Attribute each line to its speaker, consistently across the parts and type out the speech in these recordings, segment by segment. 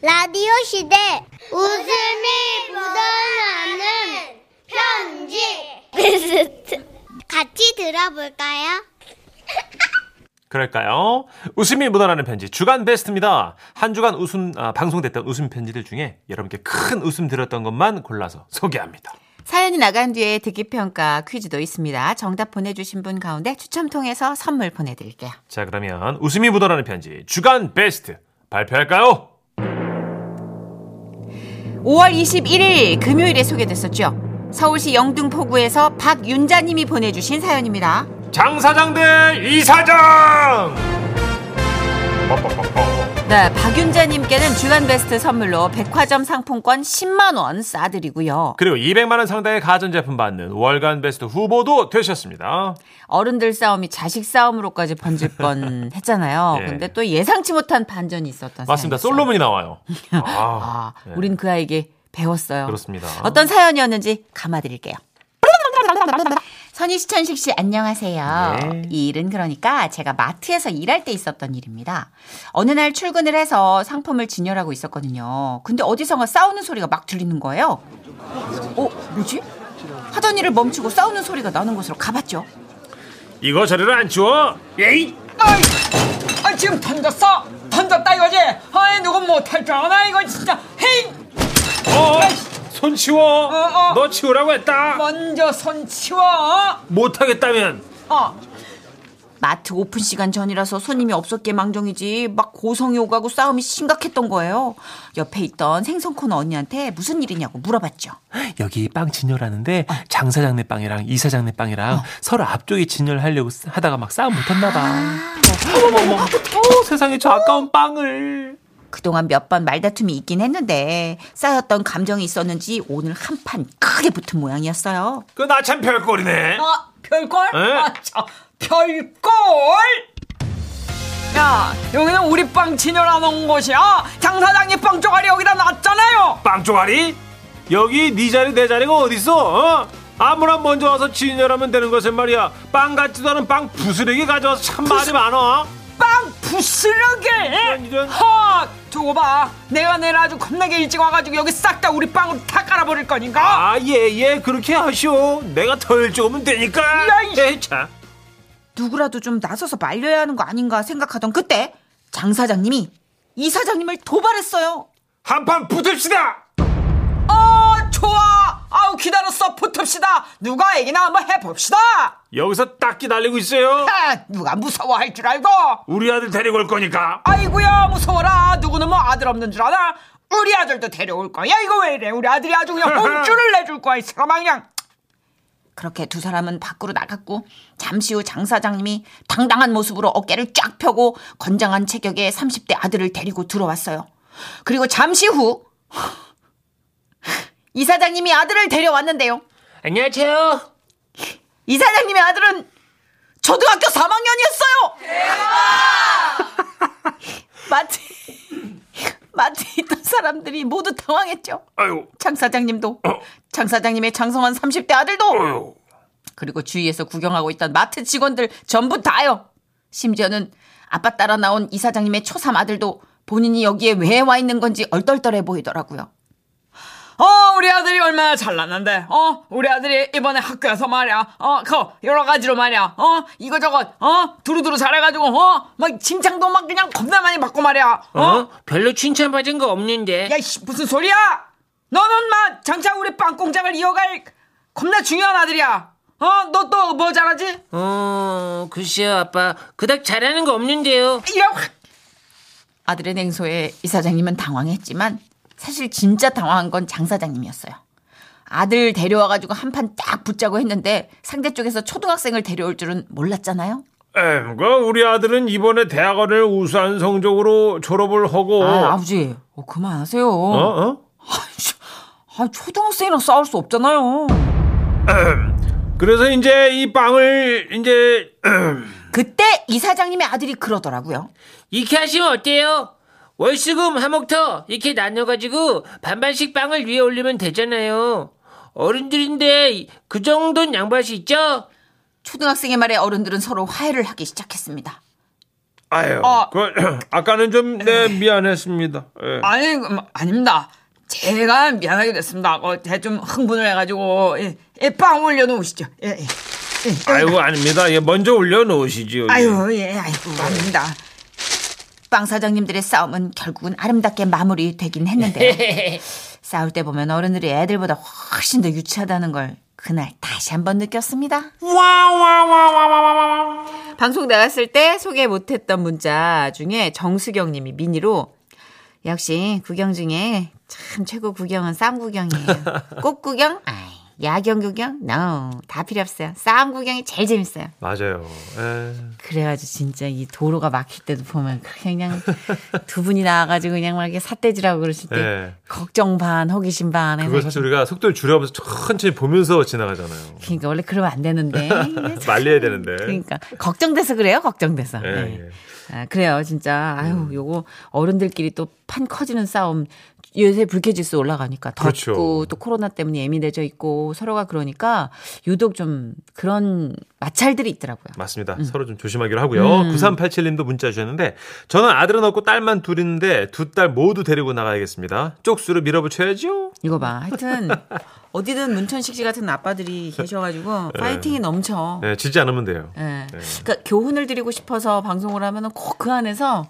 Speaker 1: 라디오 시대 웃음이 묻어나는 편지 같이 들어볼까요?
Speaker 2: 그럴까요? 웃음이 묻어나는 편지 주간 베스트입니다. 한 주간 웃음 아, 방송됐던 웃음 편지들 중에 여러분께 큰 웃음 들었던 것만 골라서 소개합니다.
Speaker 3: 사연이 나간 뒤에 듣기평가 퀴즈도 있습니다. 정답 보내주신 분 가운데 추첨 통해서 선물 보내드릴게요.
Speaker 2: 자 그러면 웃음이 묻어나는 편지 주간 베스트 발표할까요?
Speaker 3: 5월 21일 금요일에 소개됐었죠. 서울시 영등포구에서 박윤자님이 보내주신 사연입니다.
Speaker 2: 장 사장 대 이사장. 뽀뽀뽀뽀.
Speaker 3: 네, 박윤자님께는 주간 베스트 선물로 백화점 상품권 10만원 싸드리고요.
Speaker 2: 그리고 200만 원 상당의 가전제품 받는 월간 베스트 후보도 되셨습니다.
Speaker 3: 어른들 싸움이 자식 싸움으로까지 번질 뻔 했잖아요.
Speaker 2: 예.
Speaker 3: 근데 또 예상치 못한 반전이 있었던
Speaker 2: 맞습니다.
Speaker 3: 사연이었어요.
Speaker 2: 솔로몬이 나와요.
Speaker 3: 아,
Speaker 2: 아, 예.
Speaker 3: 우린 그 아이에게 배웠어요.
Speaker 2: 그렇습니다.
Speaker 3: 어떤 사연이었는지 감아드릴게요. 선희시천식 씨 안녕하세요.
Speaker 2: 네.
Speaker 3: 이 일은 그러니까 제가 마트에서 일할 때 있었던 일입니다. 어느 날 출근을 해서 상품을 진열하고 있었거든요. 근데 어디선가 싸우는 소리가 막 들리는 거예요. 어, 뭐지? 하던 일을 멈추고 싸우는 소리가 나는 곳으로 가봤죠.
Speaker 2: 이거 저리로 안 치워? 에이.
Speaker 4: 아이, 아 지금 던졌어? 던졌다 이거지? 아이 누군 못할 줄 아나 이거 진짜 헤이
Speaker 2: 어, 손 치워.
Speaker 4: 어, 어.
Speaker 2: 너 치우라고 했다.
Speaker 3: 뭐?
Speaker 4: 먼저 손 치워 어?
Speaker 2: 못하겠다면
Speaker 4: 어
Speaker 3: 마트 오픈 시간 전이라서 손님이 없었기에 망정이지 막 고성이 오가고 싸움이 심각했던 거예요. 옆에 있던 생선 코너 언니한테 무슨 일이냐고 물어봤죠.
Speaker 2: 여기 빵 진열하는데
Speaker 5: 어.
Speaker 2: 장 사장네 빵이랑 이 사장네 빵이랑 서로 앞쪽에 진열하려고 쓰- 하다가 막 싸움 못했나 봐.
Speaker 5: 아.
Speaker 2: 어머머머. 어, 세상에 저 아까운 빵을.
Speaker 3: 그동안 몇 번 말다툼이 있긴 했는데 쌓였던 감정이 있었는지 오늘 한 판 크게 붙은 모양이었어요.
Speaker 2: 그 나 참 별꼴이네.
Speaker 4: 아, 별꼴?
Speaker 2: 에?
Speaker 4: 아, 참, 별꼴? 야 여기는 우리 빵 진열한 온 곳이야 장 사장님 빵 쪼가리 여기다 놨잖아요
Speaker 2: 빵 조가리? 여기 네 자리 내 자리가 어딨어? 어? 아무나 먼저 와서 진열하면 되는 것은 말이야. 빵 같지도 않은 빵 부스러기 가져와서 참 말이 많아.
Speaker 4: 빵 부스러기
Speaker 2: 이런, 이런.
Speaker 4: 헉 두고 봐 내가 내일 아주 겁나게 일찍 와가지고 여기 싹 다 우리 빵으로 다 깔아버릴 거니까
Speaker 2: 아, 예, 예, 그렇게 하시오. 내가 덜 쪼으면 되니까.
Speaker 4: 야, 이-
Speaker 2: 에이, 참.
Speaker 3: 누구라도 좀 나서서 말려야 하는 거 아닌가 생각하던 그때 장 사장님이 이 사장님을 도발했어요.
Speaker 2: 한판 붙읍시다! 아.
Speaker 4: 어, 좋아. 아우 기다렸어. 붙읍시다. 누가 얘기나 한번 해봅시다.
Speaker 2: 여기서 딱 기다리고 있어요.
Speaker 4: 아, 누가 무서워할 줄 알고.
Speaker 2: 우리 아들 데리고 올 거니까.
Speaker 4: 아이고야 무서워라. 누구는 뭐 아들 없는 줄 아나. 우리 아들도 데려올 거야. 이거 왜 이래? 우리 아들이 아주 그냥 혼쭐을 내줄 거야. 이 사람아 그냥.
Speaker 3: 그렇게 두 사람은 밖으로 나갔고 잠시 후 장 사장님이 당당한 모습으로 어깨를 쫙 펴고 건장한 체격의 30대 아들을 데리고 들어왔어요. 그리고 잠시 후 이사장님이 아들을 데려왔는데요.
Speaker 2: 안녕하세요.
Speaker 3: 이사장님의 아들은 초등학교 3학년이었어요. 마트 마트 있던 사람들이 모두 당황했죠.
Speaker 2: 아유, 어.
Speaker 3: 장 사장님도 장 사장님의 장성한 30대 아들도
Speaker 2: 아유.
Speaker 3: 그리고 주위에서 구경하고 있던 마트 직원들 전부 다요. 심지어는 아빠 따라 나온 이사장님의 초삼 아들도 본인이 여기에 왜 와 있는 건지 얼떨떨해 보이더라고요.
Speaker 4: 어, 우리 아들이 얼마나 잘났는데. 어, 우리 아들이 이번에 학교에서 말이야. 어, 그 여러 가지로 말이야. 어, 이거저것. 어, 두루두루 잘해가지고. 어, 막 칭찬도 막 그냥 겁나 많이 받고 말이야. 어?
Speaker 6: 별로 칭찬받은 거 없는데.
Speaker 4: 야, 씨, 무슨 소리야? 너는 막 장차 우리 빵 공장을 이어갈 겁나 중요한 아들이야. 어, 너 또 뭐 잘하지?
Speaker 6: 어, 글쎄요, 아빠. 그닥 잘하는 거 없는데요.
Speaker 4: 야, 확.
Speaker 3: 아들의 냉소에 이사장님은 당황했지만 사실 진짜 당황한 건 장사장님이었어요. 아들 데려와가지고 한 판 딱 붙자고 했는데 상대 쪽에서 초등학생을 데려올 줄은 몰랐잖아요.
Speaker 2: 에, 그 우리 아들은 이번에 대학원을 우수한 성적으로 졸업을 하고.
Speaker 3: 아, 아버지, 어, 그만하세요.
Speaker 2: 어? 어?
Speaker 3: 아, 초등학생이랑 싸울 수 없잖아요.
Speaker 2: 그래서 이제 이 빵을 이제
Speaker 3: 그때 이사장님의 아들이 그러더라고요.
Speaker 6: 이렇게 하시면 어때요? 월수금 하목터 이렇게 나눠가지고 반반씩 빵을 위에 올리면 되잖아요. 어른들인데 그 정도는 양보할 수 있죠?
Speaker 3: 초등학생의 말에 어른들은 서로 화해를 하기 시작했습니다.
Speaker 2: 아유,
Speaker 4: 아.
Speaker 2: 그, 아까는 좀, 네, 미안했습니다. 예.
Speaker 4: 아니, 음, 아닙니다. 제가 미안하게 됐습니다. 어, 제가 좀 흥분을 해가지고, 예, 예, 빵 올려놓으시죠. 예, 예.
Speaker 2: 아이고, 아닙니다. 예, 먼저 올려놓으시지요. 예.
Speaker 4: 아유, 예, 아이고, 아닙니다.
Speaker 7: 빵 사장님들의 싸움은 결국은 아름답게 마무리되긴 했는데요. 싸울 때 보면 어른들이 애들보다 훨씬 더 유치하다는 걸 그날 다시 한번 느꼈습니다.
Speaker 3: 방송 나갔을 때 소개 못했던 문자 중에 정수경 님이 미니로 역시 구경 중에 참 최고 구경은 쌈 구경이에요. 꽃 구경? 아이, 야경 구경? No. 다 필요 없어요. 쌈 구경이 제일 재밌어요.
Speaker 2: 맞아요. 예.
Speaker 3: 그래가지고 진짜 이 도로가 막힐 때도 보면 그냥 두 분이 나와가지고 그냥 막 이렇게 삿대질하고 그러실 때
Speaker 2: 예.
Speaker 3: 걱정 반 호기심 반 해서
Speaker 2: 그걸 사실 우리가 속도를 줄여가면서 천천히 보면서 지나가잖아요.
Speaker 3: 그러니까 원래 그러면 안 되는데
Speaker 2: 말려야 되는데.
Speaker 3: 그러니까 걱정돼서 그래요 걱정돼서
Speaker 2: 예, 음.
Speaker 3: 네.
Speaker 2: 예.
Speaker 3: 아, 그래요, 진짜. 아유, 요거 어른들끼리 또 판 커지는 싸움 요새 불쾌지수 올라가니까 덥고
Speaker 2: 그렇죠.
Speaker 3: 또 코로나 때문에 예민해져 있고 서로가 그러니까 유독 좀 그런 마찰들이 있더라고요.
Speaker 2: 맞습니다.
Speaker 4: 음.
Speaker 2: 서로 좀 조심하기로 하고요. 9387님도 문자 주셨는데 저는 아들은 없고 딸만 둘 있는데 두 딸 모두 데리고 나가야겠습니다. 쪽수로 밀어붙여야죠.
Speaker 3: 이거 봐. 하여튼 어디든 문천식 씨 같은 아빠들이 계셔가지고 파이팅이 넘쳐.
Speaker 2: 네, 지지 않으면 돼요.
Speaker 3: 예. 그러니까 교훈을 드리고 싶어서 방송을 하면은 꼭 그 안에서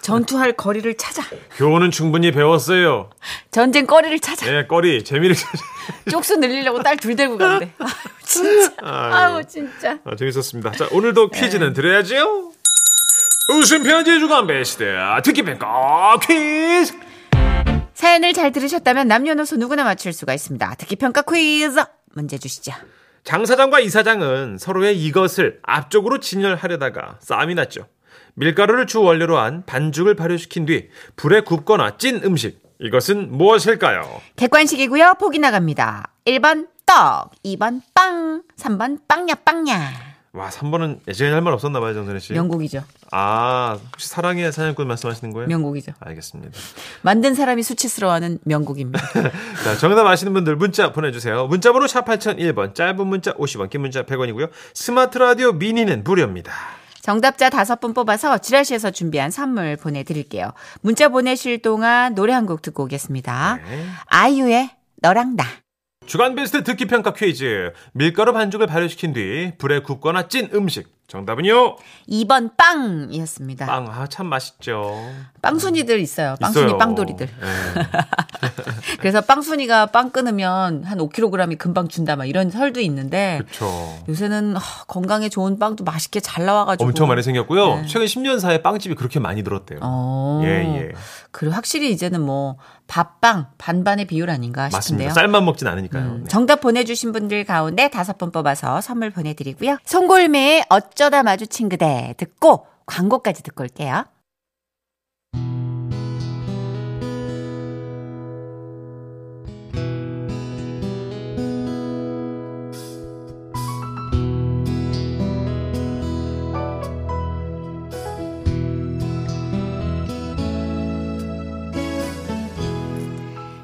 Speaker 3: 전투할 거리를 찾아.
Speaker 2: 교훈은 충분히 배웠어요.
Speaker 3: 전쟁 거리를 찾아.
Speaker 2: 네, 꺼리 재미를 찾아.
Speaker 3: 쪽수 늘리려고 딸 둘 데리고 간대. 네. 아유, 진짜. 아유, 진짜.
Speaker 2: 아, 재밌었습니다. 자, 오늘도
Speaker 3: 네.
Speaker 2: 퀴즈는 드려야지요. 웃음 편지 주간 베스트 특기 아, 평가 퀴즈.
Speaker 7: 사연을 잘 들으셨다면 남녀노소 누구나 맞출 수가 있습니다. 듣기 평가 퀴즈 문제 주시죠.
Speaker 2: 장 사장과 이 사장은 서로의 이것을 앞쪽으로 진열하려다가 싸움이 났죠. 밀가루를 주 원료로 한 반죽을 발효시킨 뒤 불에 굽거나 찐 음식. 이것은 무엇일까요?
Speaker 7: 객관식이고요. 보기 나갑니다. 1번 떡, 2번 빵, 3번 빵야 빵야.
Speaker 2: 와, 3번은 예전에 할 말 없었나 봐요, 정선혜
Speaker 3: 네.
Speaker 2: 씨.
Speaker 3: 명곡이죠.
Speaker 2: 아, 혹시 사랑의 사냥꾼 말씀하시는
Speaker 3: 네.
Speaker 2: 거예요?
Speaker 3: 명곡이죠.
Speaker 2: 알겠습니다.
Speaker 3: 만든 사람이 수치스러워하는 명곡입니다.
Speaker 2: 자, 정답 아시는 분들 문자 보내주세요. 문자번호 샵 8001번, 짧은 문자 50원, 긴 문자 100원이고요. 스마트 라디오 미니는 무료입니다.
Speaker 7: 정답자 다섯 분 뽑아서 지라시에서 준비한 선물 보내드릴게요. 문자 보내실 동안 노래 한 곡 듣고 오겠습니다.
Speaker 2: 네.
Speaker 7: 아이유의 너랑 나.
Speaker 2: 주간 베스트 듣기 평가 퀴즈. 밀가루 반죽을 발효시킨 뒤 불에 굽거나 찐 음식. 정답은요?
Speaker 7: 2번 빵이었습니다.
Speaker 2: 빵. 아, 참 맛있죠.
Speaker 3: 빵순이들 있어요. 네. 빵순이
Speaker 2: 있어요.
Speaker 3: 빵돌이들.
Speaker 2: 예.
Speaker 3: 그래서 빵순이가 빵 끊으면 한 5kg이 금방 준다 막 이런 설도 있는데
Speaker 2: 그렇죠.
Speaker 3: 요새는 하, 건강에 좋은 빵도 맛있게 잘 나와가지고
Speaker 2: 엄청 많이 생겼고요. 최근 10년 사이에 빵집이 그렇게 많이 늘었대요.
Speaker 3: 네. 어.
Speaker 2: 예, 예.
Speaker 3: 그리고 확실히 이제는 뭐 밥빵 반반의 비율 아닌가 싶은데요. 음.
Speaker 2: 맞습니다. 쌀만 먹진 않으니까요. 네.
Speaker 7: 정답 보내주신 분들 가운데 다섯 번 뽑아서 선물 보내드리고요. 송골매의 어쩌다 마주친 그대 듣고 광고까지 듣고 올게요.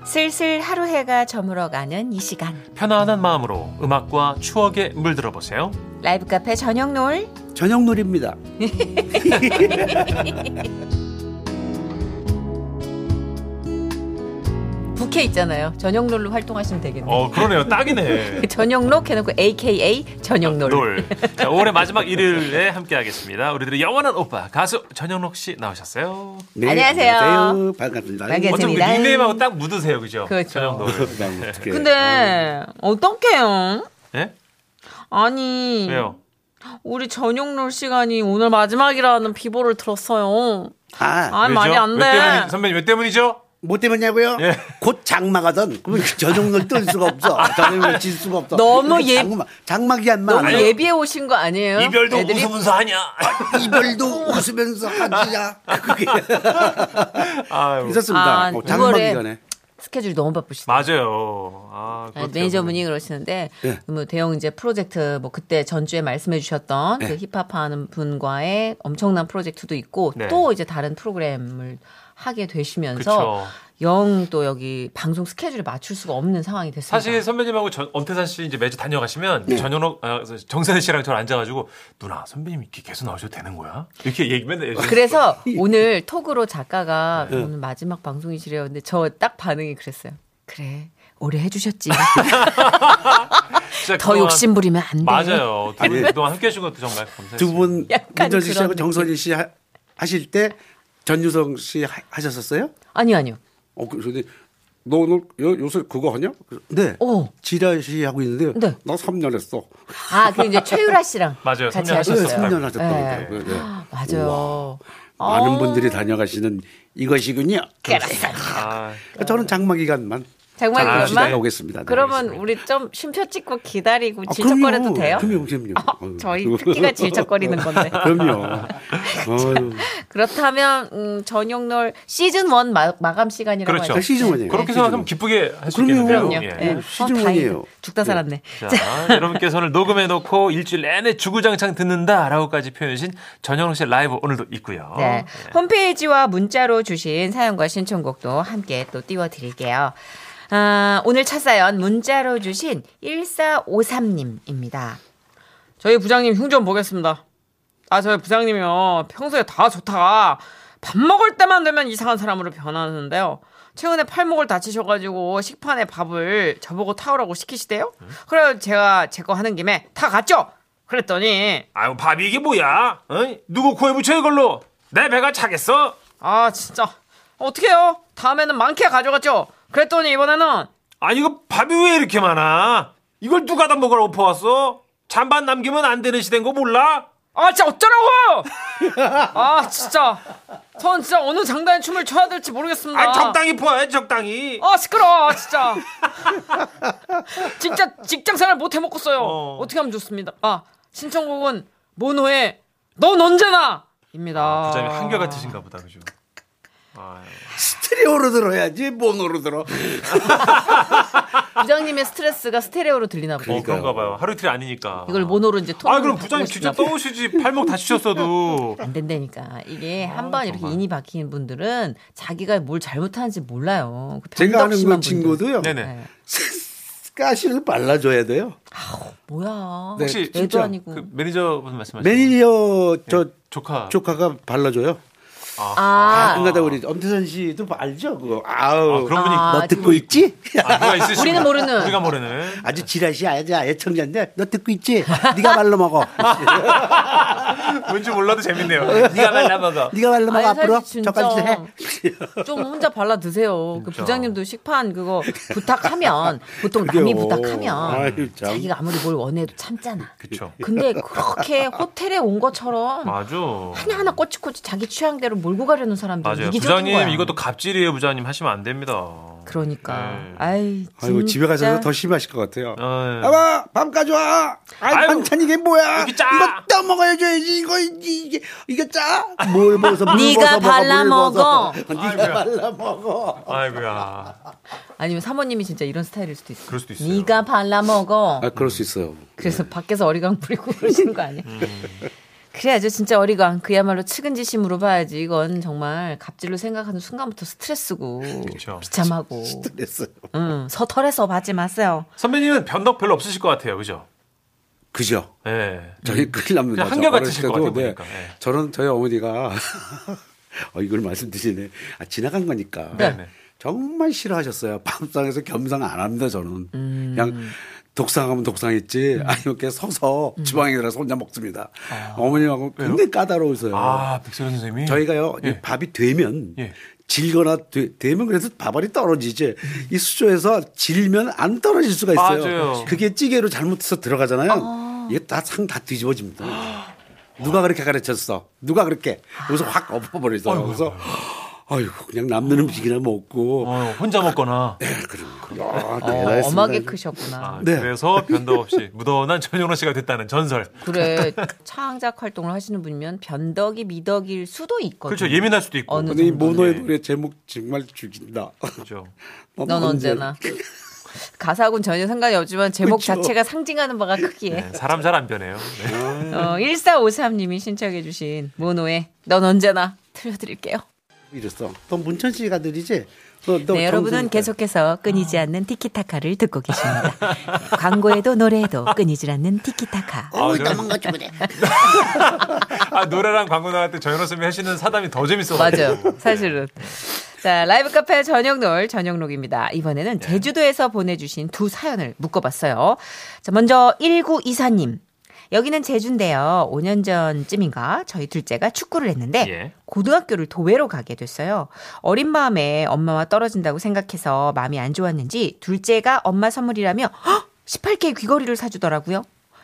Speaker 7: 슬슬 하루 해가 저물어가는 이 시간.
Speaker 8: 편안한 마음으로 음악과 추억에 물들어 보세요.
Speaker 7: 라이브 카페 저녁 노을
Speaker 5: 저녁놀입니다.
Speaker 3: 부캐 있잖아요. 저녁놀로 활동하시면 되겠네요.
Speaker 2: 어, 그러네요. 딱이네.
Speaker 3: 저녁로 해놓고 AKA 저녁놀.
Speaker 8: 놀. 자, 올해 마지막 일요일에 함께 하겠습니다. 우리들의 영원한 오빠 가수 전영록 씨 나오셨어요.
Speaker 5: 네,
Speaker 3: 안녕하세요.
Speaker 5: 안녕하세요. 반갑습니다.
Speaker 3: 반갑습니다.
Speaker 8: 어쩜 그
Speaker 3: 재미나요.
Speaker 8: 닉네임하고 딱 묻으세요, 그죠?
Speaker 3: 그렇죠.
Speaker 8: 전영록.
Speaker 5: 어, 어떡해.
Speaker 3: 근데 어떡해요?
Speaker 8: 예?
Speaker 3: 아니
Speaker 8: 왜요?
Speaker 3: 우리 저녁놀 시간이 오늘 마지막이라는 비보를 들었어요.
Speaker 5: 아,
Speaker 3: 아 말이
Speaker 8: 왜죠?
Speaker 3: 안
Speaker 8: 왜
Speaker 3: 돼.
Speaker 8: 때문이- 선배님 왜 때문이죠?
Speaker 5: 못 때문냐고요?
Speaker 8: 예.
Speaker 5: 곧 장마거든. 그럼 저녁놀 뜰 수가 없어. 저녁놀 질 수가 없어.
Speaker 3: 너무 예-
Speaker 5: 장마, 장마기한만
Speaker 3: 너무 예비해 오신 거 아니에요?
Speaker 8: 이별도
Speaker 3: 애들이?
Speaker 8: 웃으면서 하냐?
Speaker 5: 이별도 웃으면서 하지야. 그게
Speaker 8: 아유,
Speaker 5: 있었습니다.
Speaker 3: 아,
Speaker 5: 어,
Speaker 3: 유월에.
Speaker 8: 네.
Speaker 5: 장마기간에.
Speaker 3: 스케줄이 너무 바쁘시다.
Speaker 8: 맞아요. 네. 아,
Speaker 3: 아,
Speaker 8: 그렇더라고요.
Speaker 3: 매니저분이 그러시는데
Speaker 5: 예.
Speaker 3: 뭐 대형 이제 프로젝트 뭐 그때 전주에 말씀해 주셨던
Speaker 8: 네.
Speaker 3: 그 힙합하는 분과의 엄청난 프로젝트도 있고
Speaker 8: 네.
Speaker 3: 또 이제 다른 프로그램을 하게 되시면서
Speaker 2: 그쵸.
Speaker 3: 영 또 여기 방송 스케줄에 맞출 수가 없는 상황이 됐습니다.
Speaker 2: 사실 선배님하고 전, 엄태산 씨 이제 매주 다녀가시면
Speaker 5: 네.
Speaker 2: 전현옥 아, 정세대 씨랑 저랑 앉아가지고 누나 선배님 이렇게 계속 나오셔도 되는 거야? 이렇게 얘기 맨날
Speaker 5: 아,
Speaker 2: 해주셨어요.
Speaker 3: 그래서 오늘 톡으로 작가가
Speaker 5: 네.
Speaker 3: 오늘 마지막 방송이시래요. 근데 저 딱 반응이 그랬어요. 그래. 오래 해주셨지.
Speaker 2: 진짜
Speaker 3: 더
Speaker 2: 그동안-
Speaker 3: 욕심부리면 안 돼.
Speaker 2: 맞아요. 두분 그동안 함께 해주신 것도 정말 감사했어요.
Speaker 5: 두분
Speaker 3: 약간
Speaker 5: 문전식 씨하고
Speaker 3: 그런
Speaker 5: 정선희 씨 하, 하실 때 전유성 씨 하, 하셨었어요?
Speaker 3: 아니요, 아니요.
Speaker 5: 어, 근데 너 오늘 요, 요새 그거 하냐? 그래서 네.
Speaker 3: 어.
Speaker 5: 지라 씨 하고 있는데
Speaker 3: 네.
Speaker 5: 나 3년 했어.
Speaker 3: 아, 그 이제 최유라 씨랑
Speaker 2: 맞아요.
Speaker 3: 같이
Speaker 2: 삼년
Speaker 5: 네,
Speaker 2: 하셨어요.
Speaker 3: 하셨어요.
Speaker 5: 3년 하셨다고.
Speaker 3: 네.
Speaker 5: 네. 네.
Speaker 3: 맞아요.
Speaker 5: 많은
Speaker 3: 아.
Speaker 5: 분들이 다녀가시는 이것이군요.
Speaker 2: 아,
Speaker 5: 저는 장마 기간만
Speaker 3: 정말
Speaker 5: 잠깐
Speaker 3: 네. 아, 그러면
Speaker 5: 오겠습니다. 네,
Speaker 3: 그러면
Speaker 5: 알겠습니다.
Speaker 3: 우리 좀 쉼표 찍고 기다리고
Speaker 5: 아,
Speaker 3: 질척거려도
Speaker 5: 그럼요.
Speaker 3: 돼요?
Speaker 5: 그럼요, 그럼요.
Speaker 3: 아, 저희 특기가 질척거리는 건데.
Speaker 5: 그럼요. 어휴.
Speaker 3: 그렇다면 음, 전용놀 시즌 원 마, 마감 시간이라고
Speaker 2: 그렇죠.
Speaker 5: 저
Speaker 3: 하죠.
Speaker 5: 시즌원이에요.
Speaker 2: 그렇게 생각하면 기쁘게 할 수
Speaker 5: 그럼요.
Speaker 2: 있겠는데요.
Speaker 3: 예. 그럼요.
Speaker 2: 예.
Speaker 3: 예.
Speaker 5: 네, 시즌
Speaker 3: 어,
Speaker 5: 원이에요.
Speaker 3: 다행이다. 죽다 살았네.
Speaker 2: 자, 여러분께서는 녹음해놓고 일주일 내내 주구장창 듣는다라고까지 표현하신 전현웅 씨 라이브 오늘도 있고요.
Speaker 3: 네. 홈페이지와 문자로 주신 사연과 신청곡도 함께 또 띄워드릴게요. 아, 오늘 첫 사연 문자로 주신 1453님입니다.
Speaker 4: 저희 부장님 흉 좀 보겠습니다. 아, 저희 부장님이요. 평소에 다 좋다가 밥 먹을 때만 되면 이상한 사람으로 변하는데요. 최근에 팔목을 다치셔가지고 식판에 밥을 저보고 타오라고 시키시대요. 그래서 제가 제 거 하는 김에 다 갔죠. 그랬더니
Speaker 2: 아유 밥이 이게 뭐야? 어? 누구 코에 붙여 이걸로? 내 배가 차겠어?
Speaker 4: 아 진짜 어떡해요? 다음에는 많게 가져갔죠. 그랬더니 이번에는
Speaker 2: 아니 이거 밥이 왜 이렇게 많아? 이걸 누가 다 먹으러 엎어왔어? 잔반 남기면 안 되는 시대인 거 몰라?
Speaker 4: 아 진짜 어쩌라고! 아 진짜 전 진짜 어느 장단에 춤을 춰야 될지 모르겠습니다.
Speaker 3: 어.
Speaker 2: 아니 적당히 퍼야지 적당히
Speaker 4: 아 시끄러워 진짜 진짜 직장생활 못 해먹겠어요
Speaker 2: 어.
Speaker 4: 어. 떻게 하면 좋습니다 아 신청곡은 모노의 넌 언제나 입니다
Speaker 3: 어.
Speaker 2: 아, 부장님 한결같으신가 보다 그죠?
Speaker 5: 스테레오로 들어야지 모노로 들어.
Speaker 3: 부장님의 스트레스가 스테레오로 들리나 보다.
Speaker 2: 어 그런가 봐요 하루 이틀 아니니까
Speaker 3: 이걸 모노로 이제 통.
Speaker 2: 아 그럼 부장님 진짜 떠오시지 팔목 다치셨어도
Speaker 3: 안 된다니까 이게
Speaker 5: 아,
Speaker 3: 한 번 이렇게 인이 박힌 분들은 자기가 뭘 잘못하는지 몰라요. 그
Speaker 5: 제가 아는
Speaker 3: 병덕심한 분들.
Speaker 5: 그 친구도요.
Speaker 2: 네네
Speaker 5: 가시를 발라줘야 돼요.
Speaker 3: 뭐야?
Speaker 5: 네,
Speaker 2: 혹시
Speaker 3: 애도
Speaker 5: 진짜
Speaker 3: 아니고.
Speaker 2: 그 매니저분 말씀하시는
Speaker 5: 매니저
Speaker 2: 네.
Speaker 5: 저
Speaker 2: 조카
Speaker 5: 조카가 발라줘요.
Speaker 3: 아,
Speaker 5: 가끔가다 우리 엄태선 씨도 알죠 그거. 아우.
Speaker 2: 아, 그런 분이
Speaker 3: 아,
Speaker 5: 너 듣고 있지?
Speaker 2: 아, 누가 있으신
Speaker 3: 우리는 모르는.
Speaker 2: 우리가 모르는
Speaker 5: 아주 지라시 아자 애청자인데 너 듣고 있지? 네가 발로 먹어.
Speaker 2: 뭔지 몰라도 재밌네요 네가 말라먹어
Speaker 5: 네가 발로 먹어
Speaker 3: 아니, 사실
Speaker 5: 앞으로
Speaker 3: 진짜
Speaker 5: 저까지 해.
Speaker 3: 좀 혼자 발라 드세요. 그
Speaker 2: 진짜.
Speaker 3: 부장님도 식판 그거 부탁하면 보통 남이
Speaker 5: 그게요.
Speaker 3: 부탁하면
Speaker 5: 아유, 참.
Speaker 3: 자기가 아무리 뭘 원해도 참잖아.
Speaker 2: 그쵸
Speaker 3: 근데 그렇게 호텔에 온 것처럼
Speaker 2: 맞아
Speaker 3: 하나하나 꼬치꼬치 자기 취향대로 몰고 가려는 사람들
Speaker 2: 맞아요
Speaker 3: 이기적인 거야.
Speaker 2: 부장님 이것도 갑질이에요 부장님 하시면 안 됩니다
Speaker 3: 그러니까
Speaker 2: 네.
Speaker 3: 아이
Speaker 5: 아이고
Speaker 3: 진짜.
Speaker 5: 집에 가셔서 더 심하실 것 같아요.
Speaker 2: 아유.
Speaker 5: 아마 밥 가져와. 어. 아이
Speaker 2: 아유.
Speaker 5: 반찬 이게 뭐야?
Speaker 2: 여기 짜.
Speaker 5: 이거 떠 먹어야지. 이거 이게 이게 짜. 물 벗어 물
Speaker 3: 네가
Speaker 5: 벗어 먹어, 물
Speaker 3: 발라 먹어.
Speaker 5: 벗어. 네가 발라
Speaker 2: 뭐.
Speaker 5: 먹어.
Speaker 2: 아이고야
Speaker 3: 아니면 사모님이 진짜 이런 스타일일 수도 있어.
Speaker 2: 그럴 수도 있어요.
Speaker 3: 네가 발라 먹어.
Speaker 5: 아 그럴 수 있어요.
Speaker 3: 그래서 밖에서 어리광 부리고 그러시는 거 아니야?
Speaker 2: 음.
Speaker 3: 그래야죠. 진짜 어리광. 그야말로 측은지심으로 봐야지. 이건 정말 갑질로 생각하는 순간부터 스트레스고
Speaker 2: 그쵸.
Speaker 3: 비참하고
Speaker 5: 그랬어요.
Speaker 3: 음, 서털해서 봐지 마세요.
Speaker 2: 선배님은 변덕 별로 없으실 것 같아요 그죠
Speaker 5: 그죠?
Speaker 2: 예
Speaker 5: 저희 큰일 납니다.
Speaker 2: 그냥 한결
Speaker 5: 저 어렸을
Speaker 2: 같으실 것
Speaker 5: 때도, 네.
Speaker 2: 같아요, 보니까. 예.
Speaker 5: 저는 저희 어머니가 어, 이걸 말씀드리네. 아, 지나간 거니까.
Speaker 2: 네네.
Speaker 5: 정말 싫어하셨어요. 밤상에서 겸상 안 합니다, 저는.
Speaker 2: 음.
Speaker 5: 그냥 독상하면 독상했지. 아니면 이렇게 서서
Speaker 2: 음.
Speaker 5: 주방에 들어가서 혼자 먹습니다. 어머님하고 굉장히 까다로우세요.
Speaker 2: 아 백설현 선생님이
Speaker 5: 저희가요 이
Speaker 2: 예.
Speaker 5: 밥이 되면
Speaker 2: 예.
Speaker 5: 질거나 되, 면 그래서 밥알이 떨어지지 이 수조에서 질면 안 떨어질 수가 있어요.
Speaker 2: 맞아요.
Speaker 5: 그게 찌개로 잘못해서 들어가잖아요. 이게 다 상 다 뒤집어집니다. 누가 그렇게 가르쳤어? 누가 그렇게? 그래서 확 엎어버리죠. 그래서 아이고 그냥 남는 음식이나 먹고 아,
Speaker 2: 어, 혼자 먹거나
Speaker 5: 야,
Speaker 3: 어,
Speaker 5: 대단했습니다.
Speaker 3: 엄하게 크셨구나.
Speaker 2: 네, 아,
Speaker 5: 네.
Speaker 2: 그래서 변덕 없이 무던한 전용호 씨가 됐다는 전설
Speaker 3: 그래 창작 활동을 하시는 분이면 변덕이 미덕일 수도 있거든요.
Speaker 2: 그렇죠 예민할 수도 있고
Speaker 3: 어느
Speaker 5: 근데 이 모노의
Speaker 2: 네.
Speaker 5: 노래 제목 정말 죽인다. 뭐
Speaker 2: 그렇죠
Speaker 3: 넌 언제나 가사하고는 전혀 상관이 없지만 제목
Speaker 2: 그렇죠.
Speaker 5: 그쵸.
Speaker 3: 자체가 상징하는 바가 크기에
Speaker 2: 네, 사람 잘 안 변해요 네.
Speaker 3: 어, 1453님이 신청해 주신 모노의 넌 언제나 틀려드릴게요.
Speaker 5: 이랬어. 너 문천 씨가 느리지? 너, 너
Speaker 3: 네, 여러분은
Speaker 5: 정수니까.
Speaker 3: 계속해서 끊이지 않는 티키타카를 듣고 계십니다. 광고에도 노래에도 끊이지 않는 티키타카.
Speaker 1: 어, 도망가지 그래.
Speaker 9: 아, 노래랑 광고 나갈 때 전현우 쌤이 하시는 사담이 더 재밌어.
Speaker 3: 맞아요. 사실은. 자, 라이브 카페 저녁놀 저녁록입니다. 이번에는 제주도에서 보내주신 두 사연을 묶어봤어요. 자, 먼저 1924님. 여기는 제주인데요. 5년 전쯤인가 저희 둘째가 축구를 했는데
Speaker 9: 예.
Speaker 3: 고등학교를 도외로 가게 됐어요. 어린 마음에 엄마와 떨어진다고 생각해서 마음이 안 좋았는지 둘째가 엄마 선물이라며 18개 귀걸이를 사주더라고요.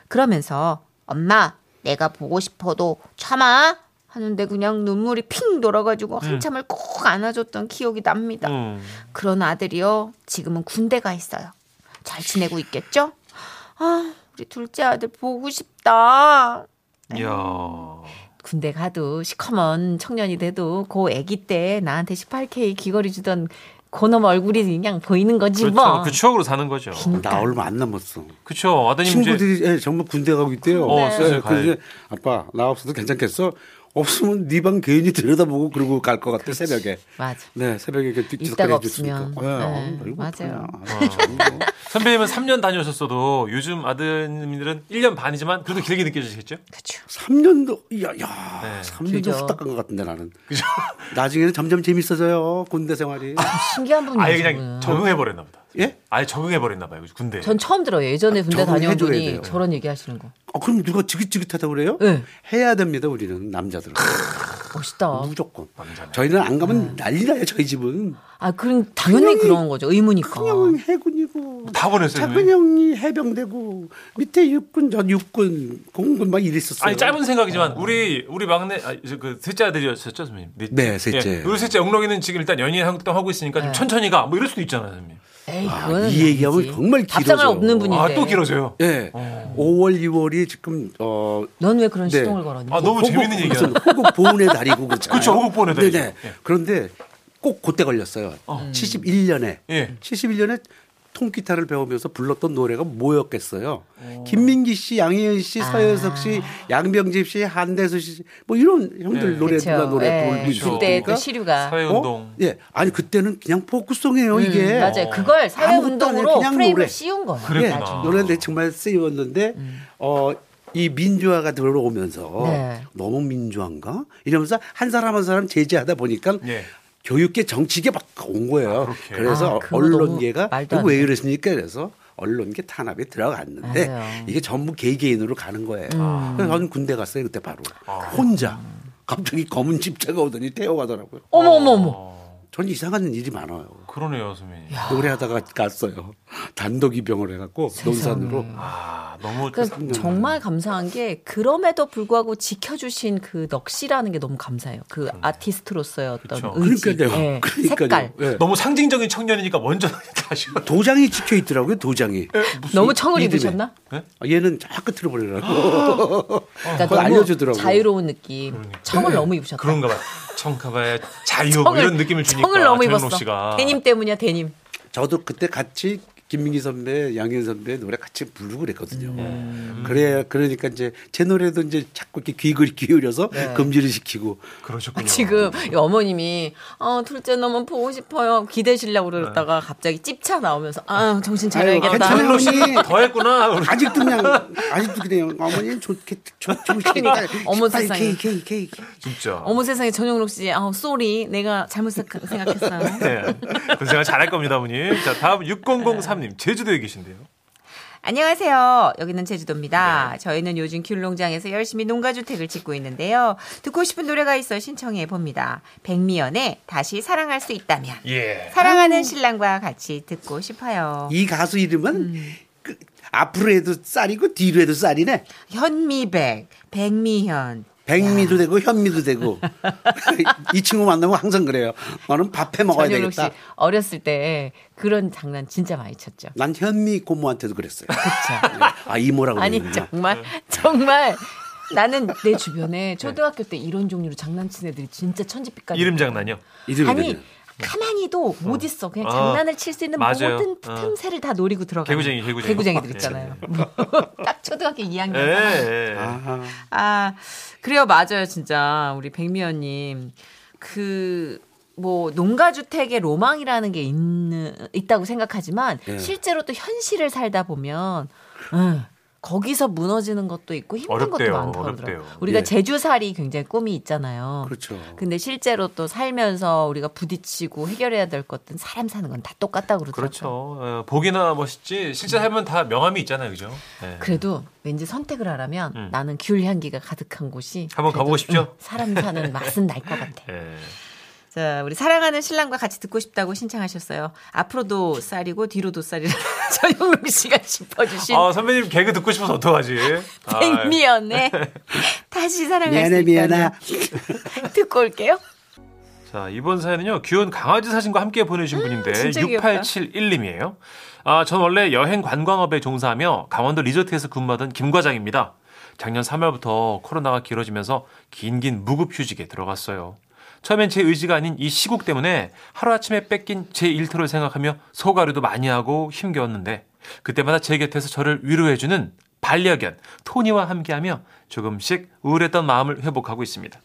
Speaker 3: 그러면서 엄마 내가 보고 싶어도 참아 하는데 그냥 눈물이 핑 돌아가지고 한참을 꼭 안아줬던 기억이 납니다.
Speaker 2: 음.
Speaker 9: 음,
Speaker 3: 그런 아들이요 지금은 군대 가 있어요. 잘 지내고 있겠죠? 아 우리 둘째 아들 보고 싶다.
Speaker 9: 이야.
Speaker 3: 군대 가도 시커먼 청년이 돼도 고 아기 때 나한테 18K 귀걸이 주던 고놈 얼굴이 그냥 보이는 거지
Speaker 9: 그렇죠.
Speaker 3: 뭐. 그러니까
Speaker 9: 그 추억으로 사는 거죠.
Speaker 5: 나 얼마 안 남았어.
Speaker 9: 그렇죠. 아드님 이제
Speaker 5: 친구들이 예, 정말 군대 가고 있대요.
Speaker 9: 어, 슬슬
Speaker 5: 예,
Speaker 9: 가야지.
Speaker 5: 그래서 아빠 나 없어도 괜찮겠어? 없으면 네 방 괜히 들여다보고 그러고 갈 것 같아 새벽에.
Speaker 3: 맞아.
Speaker 5: 네 새벽에 이렇게
Speaker 3: 있다가
Speaker 5: 뒤적거려
Speaker 3: 없으면.
Speaker 5: 예, 어,
Speaker 3: 네,
Speaker 5: 얼굴
Speaker 3: 맞아요.
Speaker 5: 아프냐. 정말.
Speaker 9: 선배님은 3년 다녀오셨어도 요즘 아드님들은 1년 반이지만 그래도 길게 느껴지시겠죠?
Speaker 5: 3년도 야, 야
Speaker 9: 네.
Speaker 5: 3년도
Speaker 3: 그죠.
Speaker 5: 후딱 간 것 같은데 나는. 나중에는 점점 재밌어져요 군대 생활이.
Speaker 9: 아.
Speaker 3: 신기한 분이에요.
Speaker 9: 아예
Speaker 3: 저분은.
Speaker 9: 그냥 적응해 버렸나 보다.
Speaker 5: 예?
Speaker 9: 아예 적응해 버렸나 봐요. 군대.
Speaker 3: 전 처음 들어요. 예전에 군대 다녀온
Speaker 5: 적응해줘야
Speaker 3: 분이
Speaker 5: 돼요.
Speaker 3: 저런 얘기 하시는 거.
Speaker 5: 아, 그럼 누가 지긋지긋하다 그래요?
Speaker 3: 네.
Speaker 5: 해야 됩니다 우리는 남자들은
Speaker 3: 멋있다.
Speaker 5: 무조건. 저희는 안 가면
Speaker 3: 네.
Speaker 5: 난리나요 저희 집은.
Speaker 3: 아, 그럼 당연히
Speaker 5: 그냥
Speaker 3: 그런 거죠. 의무니까.
Speaker 5: 큰형은 해군이고
Speaker 9: 다 보냈어요,
Speaker 5: 작은 형이 해병되고 밑에 육군 전 육군 공군 막 이랬었어요.
Speaker 2: 아니 짧은 생각이지만 우리 우리 막내 아, 이제 그 셋째 아들이었었죠 선배님. 넷째.
Speaker 5: 네, 셋째.
Speaker 2: 예. 우리 셋째 영록이는 지금 일단 연예인 활동 하고 있으니까
Speaker 3: 네.
Speaker 2: 좀 천천히 가. 뭐 이럴 수도 있잖아요, 선배님.
Speaker 3: 에이,
Speaker 5: 아,
Speaker 3: 그거는
Speaker 5: 이 얘기하면
Speaker 3: 아니지.
Speaker 5: 정말
Speaker 3: 답장할
Speaker 5: 길어져요.
Speaker 3: 없는 분인데.
Speaker 2: 아 또 길어져요.
Speaker 5: 예. 5월 2월이 지금 어
Speaker 3: 넌 왜 그런
Speaker 5: 네.
Speaker 3: 시동을 걸었니?
Speaker 2: 아 너무
Speaker 5: 호국-
Speaker 2: 재밌는 얘기야.
Speaker 5: 무슨 호국 보훈의 달이고 그렇죠.
Speaker 2: 그렇죠, 호국 보훈의 달이죠.
Speaker 5: 네네.
Speaker 2: 예.
Speaker 5: 그런데 꼭 그때 걸렸어요.
Speaker 3: 음.
Speaker 5: 71년에
Speaker 2: 예.
Speaker 5: 71년에 통기타를 배우면서 불렀던 노래가 뭐였겠어요? 김민기 씨, 양희은 씨,
Speaker 3: 아.
Speaker 5: 서현석 씨, 양병집 씨, 한대수 씨, 뭐 이런 형들
Speaker 2: 예.
Speaker 5: 노래 누나 노래
Speaker 3: 예.
Speaker 5: 부르고 있었으니까.
Speaker 3: 그때 또 시류가.
Speaker 2: 사회운동.
Speaker 5: 어? 예, 아니 그때는 그냥 포크송이에요
Speaker 3: 음,
Speaker 5: 이게.
Speaker 3: 맞아요. 그걸
Speaker 5: 네. 아무것도 안 해요.
Speaker 3: 사회운동으로
Speaker 5: 그냥
Speaker 3: 프레임을
Speaker 5: 노래.
Speaker 3: 씌운 거예요.
Speaker 5: 예,
Speaker 2: 그랬구나.
Speaker 3: 나중에.
Speaker 5: 노래인데 정말 쓰였는데 어. 이 민주화가 들어오면서
Speaker 3: 음. 네.
Speaker 5: 너무 민주화인가 이러면서 한 사람 한 사람 제재하다 보니까
Speaker 2: 예.
Speaker 5: 교육계 정치계 막 온 거예요.
Speaker 2: 그렇게.
Speaker 5: 그래서
Speaker 3: 아, 그거
Speaker 5: 언론계가
Speaker 3: 너무 말도 안
Speaker 5: 이거 왜 이러십니까 그래서 언론계 탄압에 들어갔는데
Speaker 3: 맞아요. 음.
Speaker 5: 이게 전부 개개인으로 가는 거예요. 그래서 저는 군대 갔어요 그때 바로
Speaker 2: 아.
Speaker 5: 혼자 갑자기 검은 집자가 오더니 태워가더라고요.
Speaker 3: 어머, 어머, 어머.
Speaker 5: 저는 이상한 일이 많아요.
Speaker 2: 그러네요, 선배님.
Speaker 5: 노래하다가 갔어요. 단독 입영을 해갖고 논산으로.
Speaker 2: 아 너무
Speaker 3: 그러니까 정말 감사한 게 그럼에도 불구하고 지켜주신 그 넋이라는 게 너무 감사해요. 그 아티스트로서의 어떤
Speaker 2: 그렇죠.
Speaker 3: 의지,
Speaker 5: 그러니까요.
Speaker 3: 예,
Speaker 5: 그러니까요.
Speaker 3: 색깔.
Speaker 5: 예.
Speaker 2: 너무 상징적인 청년이니까 먼저 아쉬워.
Speaker 5: 도장이 찍혀 있더라고요. 도장이.
Speaker 3: 너무 청을
Speaker 5: 예, 이름에.
Speaker 3: 입으셨나?
Speaker 5: 아, 얘는 저 끝으로 버리라고.
Speaker 3: 그러니까
Speaker 5: 그걸
Speaker 3: 너무
Speaker 5: 알려주더라고요. 그러니까.
Speaker 3: 자유로운 느낌. 청을 너무 입으셨다.
Speaker 2: 그런가 봐요. 청카바의 자유 뭐 이런 느낌을 주니까
Speaker 3: 청을 너무
Speaker 2: 정현록
Speaker 3: 입었어.
Speaker 2: 씨가
Speaker 3: 데님 때문이야 데님.
Speaker 5: 저도 그때 같이 김민기 선배, 양현 선배 노래 같이 부르고 그랬거든요.
Speaker 3: 음.
Speaker 5: 그래 그러니까 이제 제 노래도 이제 자꾸 이렇게 귀를 기울여서
Speaker 3: 네.
Speaker 5: 금지를 시키고
Speaker 2: 그러셨군요.
Speaker 3: 아, 지금 이 어머님이 어, 둘째 너무 보고 싶어요 기대시려고 그러다가
Speaker 2: 네.
Speaker 3: 갑자기 찝차 나오면서 아 정신 차려야겠다.
Speaker 5: 괜찮아요.
Speaker 2: 현록 씨
Speaker 5: 어머니.
Speaker 2: 더했구나. 우리
Speaker 5: 아직도 그냥 아직도 그냥 어머니 좋게 좋으시니까
Speaker 3: 그러니까 어머 세상에.
Speaker 5: 이렇게 이렇게 이렇게
Speaker 2: 진짜.
Speaker 3: 어머 세상에 전영록 씨, 아 쏘리 내가 잘못 생- 생각했어요.
Speaker 2: 네. 고생을 잘할 겁니다, 어머님. 자, 다음 6003님. 제주도에 계신데요.
Speaker 3: 안녕하세요. 여기는 제주도입니다.
Speaker 2: 네.
Speaker 3: 저희는 요즘 귤농장에서 열심히 농가주택을 짓고 있는데요. 듣고 싶은 노래가 있어 신청해 봅니다. 백미연의 다시 사랑할 수 있다면.
Speaker 2: 예.
Speaker 3: 사랑하는 신랑과 같이 듣고 싶어요.
Speaker 5: 이 가수 이름은
Speaker 3: 음.
Speaker 5: 그, 앞으로 해도 쌀이고 뒤로 해도 쌀이네.
Speaker 3: 현미백, 백미현.
Speaker 5: 백미도 되고 현미도 되고 이 친구 만나면 항상 그래요. 나는 밥해 먹어야
Speaker 3: 전현욱 씨
Speaker 5: 되겠다.
Speaker 3: 어렸을 때 그런 장난 진짜 많이 쳤죠.
Speaker 5: 난 현미 고모한테도 그랬어요.
Speaker 3: 그렇죠.
Speaker 5: 아
Speaker 2: 어,
Speaker 5: 이모라고
Speaker 3: 아니
Speaker 2: 예.
Speaker 5: 그러는구나.
Speaker 3: 정말 정말 나는 내 주변에 초등학교 때 이런 종류로 장난친 애들이 진짜 천지빛깔.
Speaker 2: 이름 장난이요.
Speaker 5: 이름이
Speaker 3: 아니
Speaker 5: 그냥.
Speaker 3: 가만히도 못 있어. 그냥
Speaker 2: 어.
Speaker 3: 장난을 칠 수 있는
Speaker 2: 맞아요.
Speaker 3: 모든
Speaker 2: 어.
Speaker 3: 틈새를 다 노리고 들어가.
Speaker 2: 개구쟁이, 개구쟁이. 네,
Speaker 3: 개구쟁이들 있잖아요. 딱 초등학교 2학년.
Speaker 2: 예. 예.
Speaker 5: 아하.
Speaker 3: 아 그래요 맞아요 진짜 우리 백미연님 그 뭐 농가 주택의 로망이라는 게 있는 있다고 생각하지만
Speaker 5: 네.
Speaker 3: 실제로 또 현실을 살다 보면 음, 거기서 무너지는 것도 있고 힘든
Speaker 9: 어렵대요.
Speaker 3: 것도 많다고 하더라고요.
Speaker 9: 어렵대요.
Speaker 3: 우리가
Speaker 5: 예.
Speaker 3: 제주살이 굉장히 꿈이 있잖아요.
Speaker 5: 그렇죠.
Speaker 3: 근데 실제로 또 살면서 우리가 부딪히고 해결해야 될 것들은 사람 사는 건 다 똑같다고 그러더라고요.
Speaker 2: 그렇죠. 어, 보기나 멋있지 실제 살면 다 명함이 있잖아요, 그죠? 네.
Speaker 3: 그래도 왠지 선택을 하라면
Speaker 2: 음.
Speaker 3: 나는 귤 향기가 가득한 곳이
Speaker 2: 한번
Speaker 3: 그래도,
Speaker 2: 가보고 싶죠?
Speaker 3: 응, 사람 사는 맛은 날 것 같아.
Speaker 2: 예.
Speaker 3: 자, 우리 사랑하는 신랑과 같이 듣고 싶다고 신청하셨어요. 앞으로도 쌀이고 뒤로도 쌀이라 전용록 씨가 짚어주신
Speaker 2: 아 선배님 개그 듣고 싶어서 어떡하지? 아,
Speaker 3: 백미연의 다시 사랑할 수
Speaker 5: 미안해 미안해.
Speaker 3: 있다. 듣고 올게요.
Speaker 2: 자, 이번 사연은요, 귀여운 강아지 사진과 함께 보내주신 분인데,
Speaker 3: 음, 진짜 귀엽다.
Speaker 2: 6871님이에요. 아, 전 원래 여행 관광업에 종사하며 강원도 리조트에서 근무하던 김과장입니다. 작년 3월부터 코로나가 길어지면서 긴긴 무급 휴직에 들어갔어요. 처음엔 제 의지가 아닌 이 시국 때문에 하루아침에 뺏긴 제 일터를 생각하며 소가루도 많이 하고 힘겨웠는데, 그때마다 제 곁에서 저를 위로해주는 반려견 토니와 함께하며 조금씩 우울했던 마음을 회복하고 있습니다.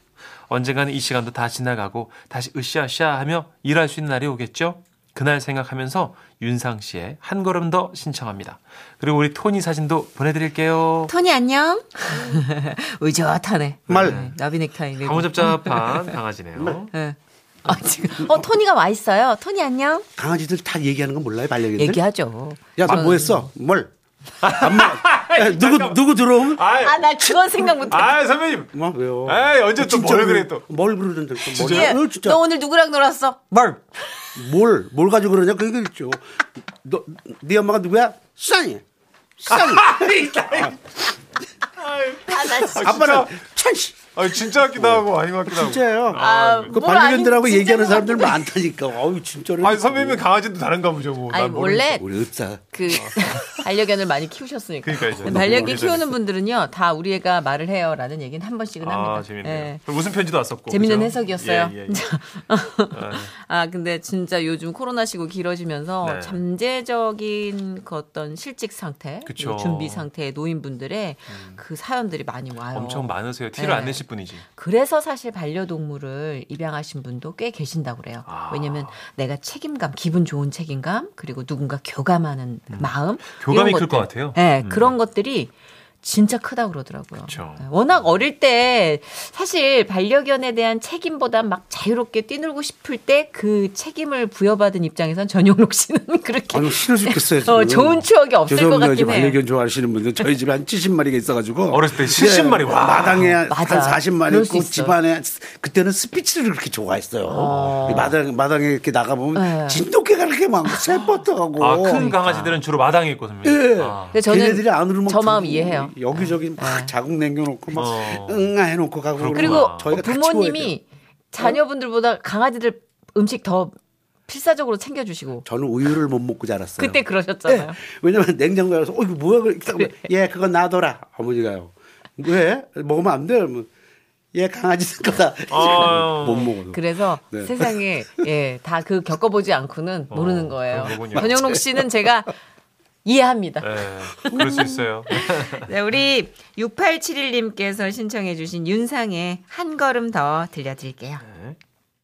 Speaker 2: 언젠가는 이 시간도 다 지나가고 다시 으쌰으쌰 하며 일할 수 있는 날이 오겠죠? 그날 생각하면서 윤상 씨의 한 걸음 더 신청합니다. 그리고 우리 토니 사진도 보내드릴게요.
Speaker 3: 토니 안녕. 의젓하네.
Speaker 5: 말.
Speaker 3: 나비 넥타이. 메고.
Speaker 2: 가무잡잡한 강아지네요.
Speaker 3: 예. 어, 지금 어 토니가 와 있어요. 토니 안녕.
Speaker 5: 강아지들 다 얘기하는 건 몰라요 반려견들.
Speaker 3: 얘기하죠.
Speaker 5: 네?
Speaker 3: 아.
Speaker 5: 야 너 뭐했어? 뭘? 안 먹. 야, 누구 누구 들어오면?
Speaker 3: 아 나 그건 생각 못해.
Speaker 2: 아 선배님.
Speaker 5: 뭐 왜요?
Speaker 2: 에이, 언제 또
Speaker 5: 진짜
Speaker 2: 뭘
Speaker 5: 왜-
Speaker 2: 그래, 또.
Speaker 5: 뭘 그러는데 또 뭘?
Speaker 3: 예.
Speaker 5: 어, 진짜
Speaker 3: 너 오늘 누구랑 놀았어?
Speaker 5: 뭘? 뭘? 뭘 가지고 그러냐? 그 얘기 있죠. 너, 네 엄마가 누구야? 수산이. 수산이.
Speaker 2: 아,
Speaker 3: 아나
Speaker 5: 아빠는 천씨.
Speaker 2: 아 진짜 웃기다 하고 아닌 것 같기도 하고.
Speaker 5: 진짜예요.
Speaker 3: 아,
Speaker 5: 그
Speaker 3: 뭘 아니,
Speaker 5: 반려견들하고
Speaker 3: 진짜
Speaker 5: 얘기하는
Speaker 3: 그런
Speaker 5: 사람들 많다니까. 어우 진짜로. 그
Speaker 2: 아니 선배님은 강아지도 다른가 보죠 뭐.
Speaker 3: 아니
Speaker 2: 난 모르겠어. 어.
Speaker 3: 원래
Speaker 5: 우리 읍사.
Speaker 3: 그 반려견을 많이 키우셨으니까.
Speaker 2: 그러니까 이제
Speaker 3: 반려견
Speaker 2: 너무
Speaker 3: 키우는 분들은요 다 우리 애가 말을 해요라는 얘기는 한 번씩은 합니다.
Speaker 2: 아 재밌네요.
Speaker 3: 예.
Speaker 2: 그리고 웃음 편지도 왔었고.
Speaker 3: 재밌는
Speaker 2: 그죠?
Speaker 3: 해석이었어요.
Speaker 2: 예, 예, 예.
Speaker 3: 아 근데 진짜 요즘 코로나 시국 길어지면서
Speaker 2: 네.
Speaker 3: 잠재적인 그 어떤 실직 상태, 뭐
Speaker 2: 그쵸. 음.
Speaker 3: 준비 상태의 노인분들의 그 사연들이 많이 와요.
Speaker 2: 엄청 많으세요. 티를
Speaker 3: 네.
Speaker 2: 안 내실 분이지.
Speaker 3: 그래서 사실 반려동물을 입양하신 분도 꽤 계신다고 그래요.
Speaker 2: 아.
Speaker 3: 왜냐면 내가 책임감, 기분 좋은 책임감, 그리고 누군가 교감하는 그 마음.
Speaker 2: 교감이
Speaker 3: 이런
Speaker 2: 클 것
Speaker 3: 것들.
Speaker 2: 같아요.
Speaker 3: 네,
Speaker 2: 음.
Speaker 3: 그런 것들이 진짜 크다고 그러더라고요.
Speaker 2: 그쵸.
Speaker 3: 네, 워낙 어릴 때 사실 반려견에 대한 책임보다 막 자유롭게 뛰놀고 싶을 때 그 책임을 부여받은 입장에선 전용록 씨는 그렇게
Speaker 5: 아니 싫어 죽겠어요.
Speaker 3: 어,
Speaker 5: 지금.
Speaker 3: 좋은 추억이 없을 것
Speaker 5: 죄송합니다.
Speaker 3: 같긴
Speaker 5: 이제
Speaker 3: 해요.
Speaker 5: 반려견 좋아하시는 분들 저희 집에 한 70마리가 있어가지고 예,
Speaker 2: 어렸을 때 70 마리, 와.
Speaker 5: 마당에
Speaker 3: 맞아.
Speaker 5: 한 40마리
Speaker 3: 그럴 수
Speaker 5: 있고
Speaker 3: 있어.
Speaker 5: 집안에 그때는 스피치를 그렇게 좋아했어요. 마당 마당에 이렇게 나가 보면
Speaker 3: 네.
Speaker 5: 진돗개가 그렇게 많고 새버터 하고
Speaker 2: 아 큰 강아지들은 주로 마당에 있고 선배님.
Speaker 5: 예.
Speaker 2: 아.
Speaker 3: 근데 저는
Speaker 5: 걔네들이 안 울면
Speaker 3: 저 마음
Speaker 5: 들고
Speaker 3: 이해해요. 네.
Speaker 5: 여기저기 막 자국 남겨놓고 막
Speaker 2: 어.
Speaker 5: 응아 해놓고 가고
Speaker 2: 그렇구나.
Speaker 3: 그리고 뭐
Speaker 5: 그러고 저희가 다 치워야 돼요.
Speaker 3: 부모님이 자녀분들보다 강아지들 음식 더 필사적으로 챙겨주시고
Speaker 5: 저는 우유를 못 먹고 자랐어요.
Speaker 3: 그때 그러셨잖아요. 네.
Speaker 5: 예. 왜냐면 냉장고에 가서 어 이거 뭐야 그래. 딱 보면, 예 그건 놔둬라 어머니가요. 왜 먹으면 안 돼? 뭐얘 강아지들 거다.
Speaker 2: 아.
Speaker 5: 못 먹어도.
Speaker 3: 그래서
Speaker 5: 네.
Speaker 3: 세상에 예, 다 그 겪어보지 않고는 모르는 거예요.
Speaker 2: 그런 거군요.
Speaker 3: 전영록 씨는 제가 이해합니다.
Speaker 2: 예, 그럴 수 있어요.
Speaker 3: 네, 우리 6871님께서 신청해 주신 윤상의 한 걸음 네, 더 들려드릴게요.
Speaker 2: 네.